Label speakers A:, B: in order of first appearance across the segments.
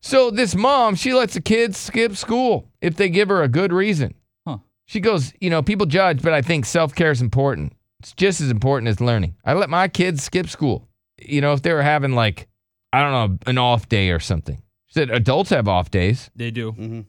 A: So this mom, she lets the kids skip school if they give her a good reason.
B: Huh.
A: She goes, you know, people judge, but I think self care is important. It's just as important as learning. I let my kids skip school. You know, if they were having like, I don't know, an off day or something. She said adults have off days,
B: They do.
A: Mm-hmm.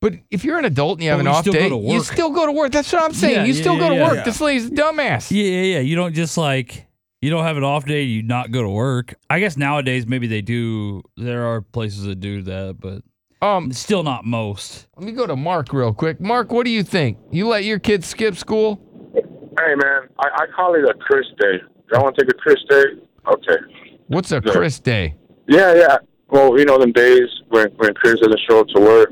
A: but if you're an adult and you have
B: But
A: an
B: we
A: off
B: still go
A: day,
B: to
A: you
B: work.
A: still go to work. That's what I'm saying.
B: Yeah,
A: you
B: yeah,
A: still go
B: yeah,
A: to
B: yeah.
A: work. This lady's a dumbass.
B: Yeah, yeah, yeah. You don't just like you don't have an off day. You not go to work. I guess nowadays maybe they do. There are places that do that, but
A: Um,
B: still not most.
A: Let me go to Mark real quick. Mark, what do you think? You let your kids skip school?
C: Hey man, I, I call it a Chris day. Y'all want to take a Chris day? Okay.
A: What's a
C: No.
A: Chris day?
C: Yeah, yeah. Well, you know them days when when Chris doesn't show up to work.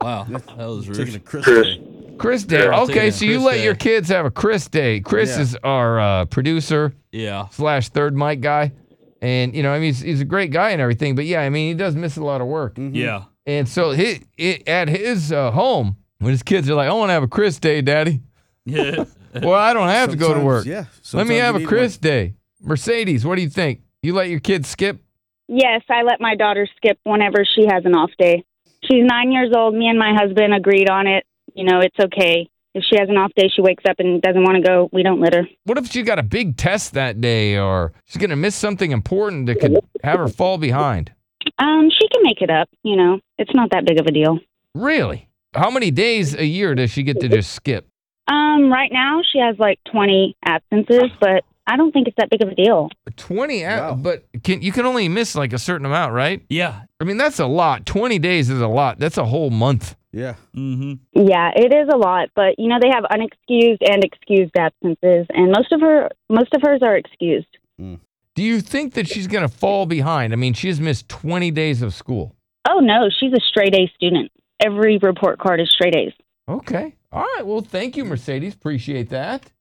B: Wow, that was
D: Taking a
B: rude.
D: Chris
C: Chris.
D: day.
A: Chris day.
C: Yeah, I'll
A: okay,
B: take a
A: so you
B: Chris
A: let
B: day.
A: your kids have a Chris day. Chris
D: Yeah.
A: is our uh, producer
B: Yeah,
A: slash third mic guy, and you know, I mean, he's, he's a great guy and everything, but yeah, I mean, he does miss a lot of work.
B: yeah.
A: And so he, it, at his uh, home, when his kids are like, "I want to have a Chris day, Daddy,"
B: Yeah.
A: well, I don't have to go to
D: Sometimes,
A: work.
D: Yeah.
A: let me
D: sometimes
A: have
D: you
A: a
D: need
A: Chris day. Mercedes, what do you think? You let your kids skip?
E: Yes, I let my daughter skip whenever she has an off day. She's nine years old. Me and my husband agreed on it. You know, it's okay. If she has an off day, she wakes up and doesn't want to go. We don't let her.
A: What if she got a big test that day or she's going to miss something important that could have her fall behind?
E: Um, she can make it up. You know, it's not that big of a deal.
A: Really? How many days a year does she get to just skip?
E: Um, right now she has like 20 absences, but I don't think it's that big of a deal.
A: 20 hou-
D: Wow.
A: but can you can only miss like a certain amount, right?
B: yeah.
A: I mean, that's a lot. 20 days is a lot. That's a whole month.
D: one. Yeah.
B: Mm-hmm.
E: Yeah, it is a lot, but you know they have unexcused and excused absences, and most of her most of hers are excused.
A: Do you think that she's going to fall behind? I mean, she's missed 20 days of school.
E: Oh no, she's a straight A student. Every report card is straight A's.
A: Okay. All right. Well, thank you, Mercedes. Appreciate that.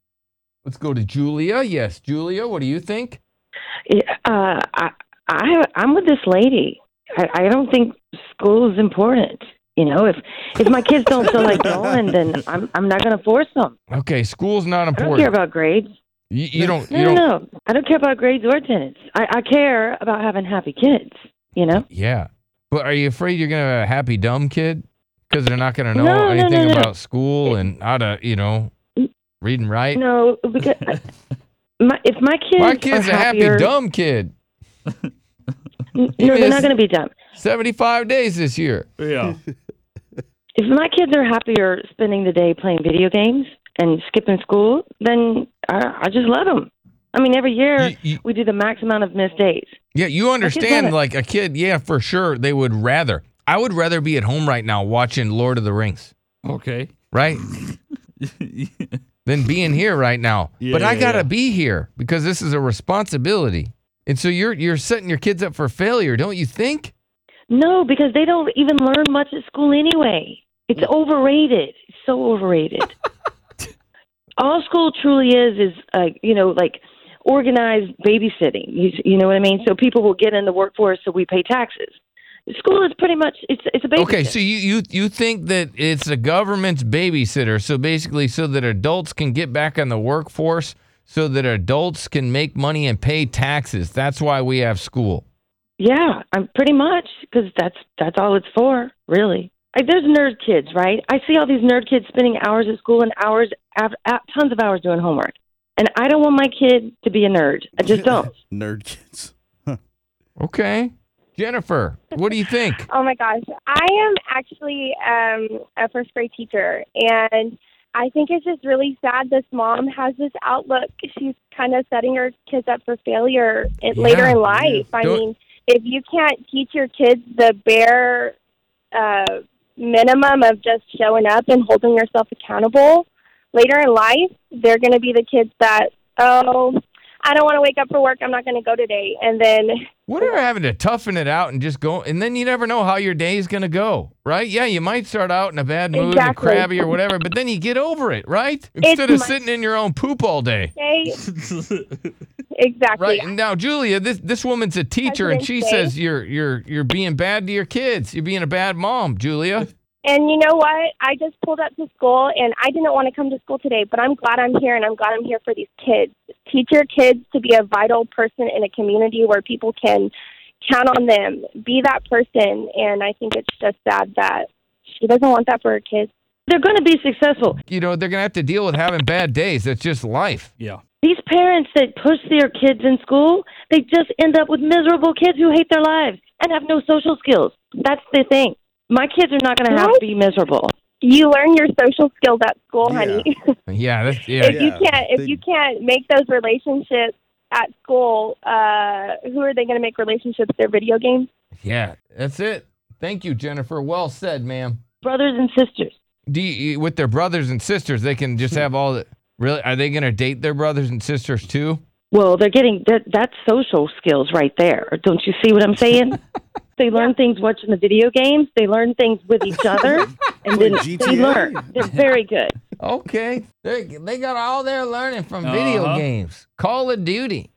A: Let's go to Julia. Yes, Julia, what do you think?
F: Yeah, uh, I, I, I'm with this lady. I, I don't think school is important. You know, if if my kids don't feel like going, then I'm I'm not going to force them.
A: Okay, school's not
F: I don't care
A: important.
F: about grades.
A: You, you don't
F: No,
A: you
F: no,
A: don't
F: no. I don't care about grades or attendance. I, I care about having happy kids. You know.
A: Yeah. But are you afraid you're going to have a happy dumb kid? Because they're not going to know
F: No, no,
A: anything
F: no, no.
A: about school and how to, you know, read and write.
F: No, because I, my if my kids
A: My kid's
F: are
A: a happy
F: happier,
A: dumb kid.
F: n- no, they're
A: is.
F: not going to be dumb.
A: 75 days this year.
B: Yeah.
F: If my kids are happier spending the day playing video games and skipping school, then I, I just let them. I mean, every year
A: You- you-
F: we do the max amount of missed days.
A: Yeah, you understand,
F: it.
A: like a kid, yeah, for sure, they would rather. I would rather be at home right now watching Lord of the Rings,
B: Okay.
A: right? than being here right now.
B: Yeah,
A: but I
B: yeah,
A: gotta
B: yeah.
A: be here because this is a responsibility. And so you're you're setting your kids up for failure, don't you think?
F: No, because they don't even learn much at school anyway. It's
A: Mm.
F: overrated. It's so overrated. All school truly is is uh, you know like organized babysitting. You, you know what I mean? So people will get in the workforce, so we pay taxes. School is pretty much it's it's a babysit.
A: Okay, so you, you you think that it's the government's babysitter, so basically so that adults can get back on the workforce, so that adults can make money and pay taxes. That's why we have school.
F: Yeah, I'm pretty much because that's that's all it's for, really. Like, there's nerd kids, right? I see all these nerd kids spending hours at school and hours, af- af- tons of hours doing homework, and I don't want my kid to be a nerd. I just don't.
D: Nerd kids.
A: Okay. Jennifer, what do you think?
G: Oh my gosh. I am actually um, a first grade teacher, and I think it's just really sad this mom has this outlook. She's kind of setting her kids up for failure it, later
A: Yeah.
G: in life. I
A: Don't-
G: mean, if you can't teach your kids the bare uh, minimum of just showing up and holding yourself accountable later in life, they're going to be the kids that, oh, I don't want to wake up for work. I'm not going to go today. And then
A: What are having to toughen it out and just go, and then you never know how your day is going to go, right? Yeah, you might start out in a bad mood and
G: Exactly.
A: crabby or whatever, but then you get over it, right? Instead of
G: my-
A: sitting in your own poop all day,
G: say exactly.
A: right? And now, Julia, this this woman's a teacher, and she
G: President's Day.
A: says you're you're you're being bad to your kids. You're being a bad mom, Julia.
G: And you know what? I just pulled up to school and I didn't want to come to school today, but I'm glad I'm here and I'm glad I'm here for these kids. Teach your kids to be a vital person in a community where people can count on them, be that person. And I think it's just sad that she doesn't want that for her kids.
F: They're going to be successful.
A: You know, they're going to have to deal with having bad days. That's just life.
B: Yeah.
F: These parents that push their kids in school, they just end up with miserable kids who hate their lives and have no social skills. That's the thing. My kids are not going to have to be miserable.
G: You learn your social skills at school,
D: Yeah.
G: honey.
A: Yeah, that's yeah.
G: if you
D: Yeah,
G: can't if
D: they-
G: you can't make those relationships at school, uh, who are they going to make relationships? Their video games.
A: Yeah, that's it. Thank you, Jennifer. Well said, ma'am.
F: Brothers and sisters.
A: Do you, with their brothers and sisters, they can just have all the. Really, are they going to date their brothers and sisters too?
F: Well, they're getting that that's social skills right there. Don't you see what I'm saying? they learn things watching the video games. They learn things with each other, and then they
D: GTA.
F: learn. They're very good.
A: Okay, they they got all their learning from video
B: Uh-huh.
A: games, Call of Duty,